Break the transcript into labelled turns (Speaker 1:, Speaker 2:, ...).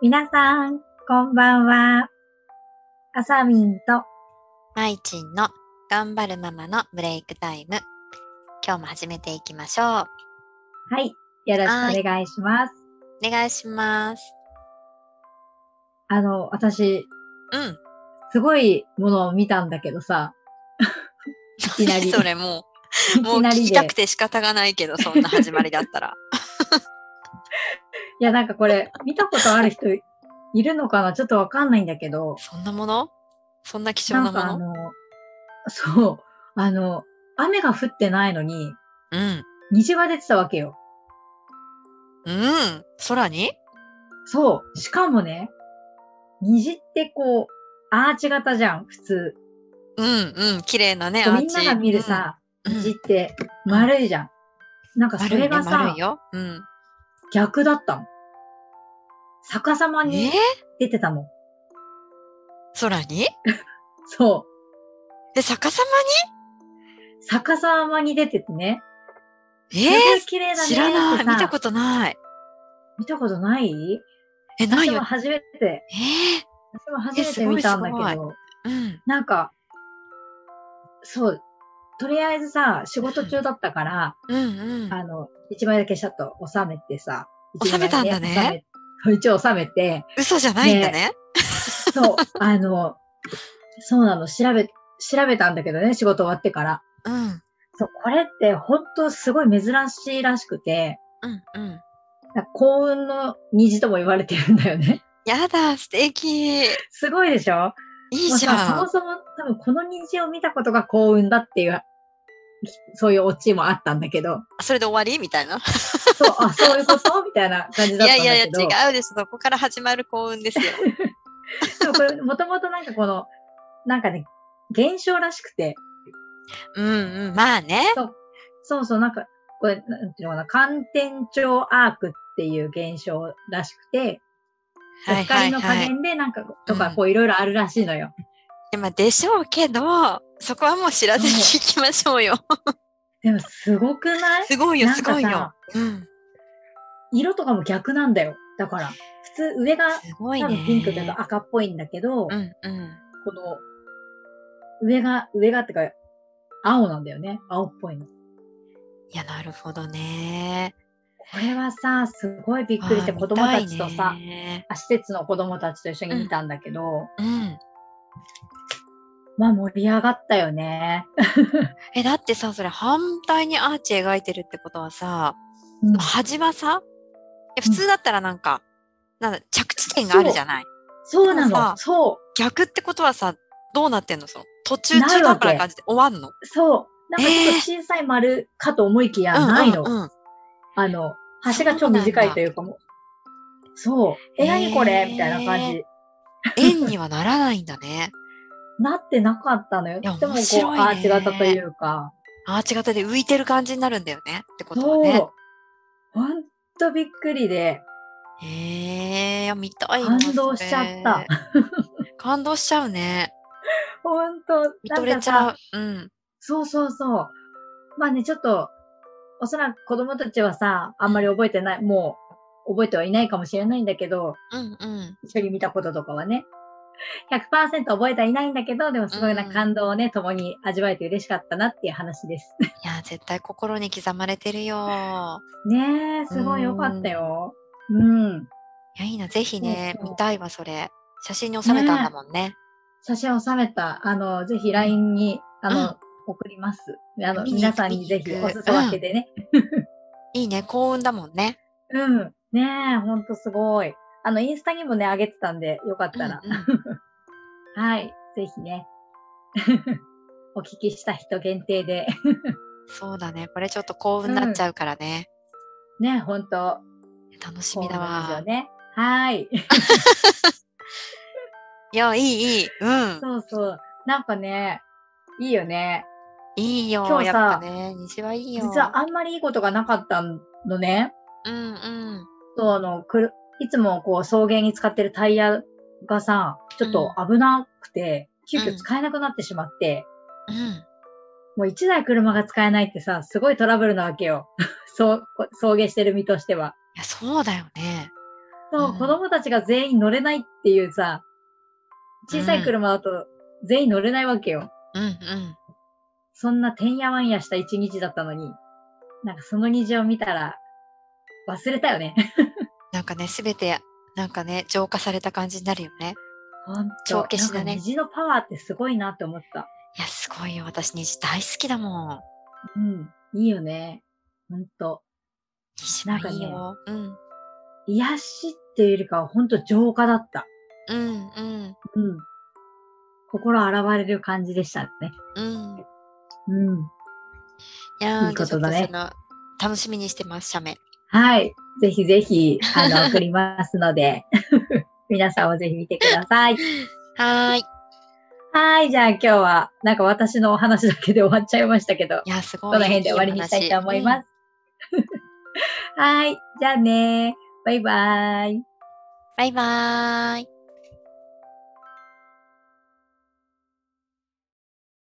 Speaker 1: 皆さん、こんばんは。あさみんと、
Speaker 2: まいちんの頑張るママのブレイクタイム。今日も始めていきましょう。
Speaker 1: はい、よろしくお願いします。
Speaker 2: お願いします。
Speaker 1: あの、私、
Speaker 2: うん。
Speaker 1: すごいものを見たんだけどさ、いきなり
Speaker 2: それもう、
Speaker 1: い
Speaker 2: も
Speaker 1: き
Speaker 2: う
Speaker 1: な
Speaker 2: 聞
Speaker 1: り
Speaker 2: き
Speaker 1: で。
Speaker 2: たくて仕方がないけど、そんな始まりだったら。
Speaker 1: いや、なんかこれ、見たことある人 いるのかなちょっとわかんないんだけど、
Speaker 2: そんなものそんな貴重
Speaker 1: な
Speaker 2: なん
Speaker 1: かあ
Speaker 2: もの
Speaker 1: の、そう、あの、雨が降ってないのに、
Speaker 2: うん。
Speaker 1: 虹が出てたわけよ。
Speaker 2: うん。空に
Speaker 1: そう。しかもね、虹ってこう、アーチ型じゃん、普通。
Speaker 2: うんうん。綺麗なね、
Speaker 1: こう
Speaker 2: アー
Speaker 1: みん
Speaker 2: チ。
Speaker 1: なが見るさ、
Speaker 2: うん、うん
Speaker 1: 虹って丸いじゃん。なんかそ
Speaker 2: 丸い
Speaker 1: れ
Speaker 2: ね、
Speaker 1: がさ、
Speaker 2: 丸いよ。うん。
Speaker 1: 逆だったの。逆さま
Speaker 2: え
Speaker 1: に出てたの。
Speaker 2: 空に
Speaker 1: そ
Speaker 2: え、逆さ
Speaker 1: う。逆さまに出ててね。
Speaker 2: まに
Speaker 1: すご
Speaker 2: え
Speaker 1: い綺麗だ
Speaker 2: ー、
Speaker 1: ね
Speaker 2: 知らない。見た
Speaker 1: と
Speaker 2: ことない。
Speaker 1: 見たことない
Speaker 2: え、ない
Speaker 1: 私も
Speaker 2: よ。
Speaker 1: 初めて、
Speaker 2: えー、
Speaker 1: 私も初めて見たんだ
Speaker 2: えすごい
Speaker 1: け
Speaker 2: す
Speaker 1: ど、
Speaker 2: うん。
Speaker 1: なんか、そう、とりあえずさ、仕事中だったから、
Speaker 2: うんうん。
Speaker 1: あの、一枚だけシャッと収めてさ、
Speaker 2: 収めたんだね
Speaker 1: 一枚け収め。一応収めて、
Speaker 2: 嘘じゃないんだね。
Speaker 1: そう、あの、そうなの、調べ、調べたんだけどね、仕事終わってから。
Speaker 2: うん。
Speaker 1: そう、これって本当すごい珍しいらしくて、
Speaker 2: うんうん。
Speaker 1: なんか幸運の虹とも言われてるんだよね。
Speaker 2: やだ、素敵。い
Speaker 1: すごいでしょ
Speaker 2: いじ
Speaker 1: も
Speaker 2: ゃ。
Speaker 1: うんさそもそも多分この虹を見たことが幸運だっていう、そういうオチもあったんだけど、
Speaker 2: それで終わりみたいな。
Speaker 1: そう、あ、そういうことみたいな感じ
Speaker 2: い
Speaker 1: だった
Speaker 2: や
Speaker 1: んだけど。
Speaker 2: いやいや、違うです。そこから始まる幸運ですよ。
Speaker 1: でもこれ、もともとなんかこの、なんかね、現象らしくて、
Speaker 2: うんうん。まあね。
Speaker 1: そうそう、なんか、これ、なんていうのかな、寒天頂アークっていう現象らしくて、
Speaker 2: はいはい
Speaker 1: 光の
Speaker 2: は
Speaker 1: 加
Speaker 2: い。
Speaker 1: 減でなんか、と
Speaker 2: う
Speaker 1: か
Speaker 2: ん
Speaker 1: こういろいろあるらしいのよ。
Speaker 2: でまあでしょうけど、そこはもう知らずに行きましょうよ。
Speaker 1: でもすごくない
Speaker 2: すごいよ、
Speaker 1: なん
Speaker 2: す
Speaker 1: かさ
Speaker 2: ごいよ。うん。
Speaker 1: 色とかも逆なんだよ。だから、普通上が
Speaker 2: すごい
Speaker 1: 多分
Speaker 2: ね。
Speaker 1: ピンクだと赤っぽいんだけど、
Speaker 2: うんうん。
Speaker 1: この、上が、上がってか、青なんだよね。青っぽいの。
Speaker 2: いや、なるほどね。
Speaker 1: これはさ、すごいびっくりして
Speaker 2: あー
Speaker 1: 子供たちと
Speaker 2: 見
Speaker 1: さ
Speaker 2: たい、ね
Speaker 1: あ施設の子供たちと一緒に見たんだけど、
Speaker 2: うん。
Speaker 1: まあ盛り上がったよね。
Speaker 2: え、だってさ、それ反対にアーチ描いてるってことはさ、
Speaker 1: うん
Speaker 2: 端はさ、え普通だったらなんか、なんだ、着地点があるじゃない。
Speaker 1: そうな
Speaker 2: でもさ
Speaker 1: の。そ
Speaker 2: 逆ってことはさ、どうなってんのその途中中途半端な感じで終わんの
Speaker 1: う。そう。なんかちょっ
Speaker 2: え
Speaker 1: と
Speaker 2: ー
Speaker 1: 小さい丸かと思いきや、ないの。
Speaker 2: うん うんうん
Speaker 1: あの、端が超短いというかもう。そう。え、
Speaker 2: へー
Speaker 1: 何これみたいな感じ。
Speaker 2: 円にはならないんだね。
Speaker 1: なってなかったのよ。
Speaker 2: いや
Speaker 1: でもこう、
Speaker 2: 面白いね
Speaker 1: アーチ型というか。
Speaker 2: アーチ型で浮いてる感じになるんだよね。ってことは
Speaker 1: そう
Speaker 2: ね。。
Speaker 1: ほんとびっくりで、
Speaker 2: へえーいや、見たいな
Speaker 1: 感動しちゃった。。
Speaker 2: それ 感動しちゃうね。
Speaker 1: ほんと。
Speaker 2: 見
Speaker 1: な
Speaker 2: と
Speaker 1: ん
Speaker 2: れ
Speaker 1: か
Speaker 2: ちゃ
Speaker 1: さ
Speaker 2: う。うん。
Speaker 1: そうそうそう。まあね、ちょっと、おそらく子供たちはさ、あんまり覚えてない、もう覚えてはいないかもしれないんだけど、
Speaker 2: うんうん。
Speaker 1: 一緒に見たこととかはね。100%覚えてはいないんだけど、でもすごいな
Speaker 2: うん
Speaker 1: 感動をね、共に味わえて嬉しかったなっていう話 です。
Speaker 2: いや、絶対心に刻まれてるよ。
Speaker 1: ねえ、すごい良かったよ。うん。
Speaker 2: いや、いいな。ぜひね、
Speaker 1: そうそう
Speaker 2: 見たいわ、それ。写真に収めたんだもんね。
Speaker 1: 写真を収めた、あの、ぜひ LINE に、あ
Speaker 2: うん
Speaker 1: の、送ります。あの、
Speaker 2: 見に
Speaker 1: 皆
Speaker 2: 行く
Speaker 1: さんにぜ
Speaker 2: 見
Speaker 1: ひ
Speaker 2: に行
Speaker 1: お
Speaker 2: く
Speaker 1: 裾分けでね。
Speaker 2: いいね。幸運だもんね。
Speaker 1: うん。ねえ、ほんとすごい。あの、インスタにもね、あげてたんで、よかっ
Speaker 2: うんう
Speaker 1: たら。
Speaker 2: ん
Speaker 1: はい。ぜひね。 お聞きした人限定で。
Speaker 2: そうだね。これちょっと幸運になっちゃうからね。
Speaker 1: ね、ほんと。
Speaker 2: 楽しみだ
Speaker 1: そうな
Speaker 2: わ
Speaker 1: ん。ですよね。はい。
Speaker 2: いや、いい、いい。うん。
Speaker 1: そうそう。なんかね、いいよね。
Speaker 2: いいよ。
Speaker 1: 今日さ
Speaker 2: やっぱね、虹はいいよ。
Speaker 1: 実はあんまりいいことがなかったのね。
Speaker 2: うんうん。
Speaker 1: そう、あの、くるいつもこう、草原に使ってるタイヤがさ、ちょっと危なくて、急
Speaker 2: う
Speaker 1: 遽
Speaker 2: ん
Speaker 1: 使えなくなってしまって、
Speaker 2: うん。
Speaker 1: もう一台車が使えないってさ、すご いトラブルなわけよ。そう、こ送迎してる身としては。
Speaker 2: いや、そうだよね。
Speaker 1: そう、
Speaker 2: うん
Speaker 1: 子供たちが全員乗れないっていうさ、小さい車だと全員乗れないわけよ。
Speaker 2: うんうん。
Speaker 1: そんなてんやわんやした一日だったのに、なんかその虹を見たら、忘れたよね。
Speaker 2: なんかね、すべて、なんかね、浄化された感じになるよね。
Speaker 1: ほんと
Speaker 2: 帳消しだね
Speaker 1: なんか虹のパワーってすごいなって思った。
Speaker 2: いや、すごいよ。私、虹大好きだもん。
Speaker 1: うん。いいよね。ほんと。
Speaker 2: 虹はいいよ。うん。
Speaker 1: 癒しっていうよりかはほんと浄化だった。
Speaker 2: うんうん。
Speaker 1: うん。心洗われる感じでしたね。
Speaker 2: うん。
Speaker 1: うん。
Speaker 2: いやー
Speaker 1: いいことだね
Speaker 2: じゃあちょっとその楽しみにしてます、写メ。
Speaker 1: はい。ぜひぜひ、あの、送りますので、 皆さんもぜひ見てください。
Speaker 2: はーい。
Speaker 1: はい。じゃあ今日は、なんか私のお話だけで終わっちゃいましたけど、
Speaker 2: いや、すご
Speaker 1: こ
Speaker 2: い。
Speaker 1: の辺で終わりにしたいと思います。 はい。じゃあね。バイバイ。
Speaker 2: バイバーイ。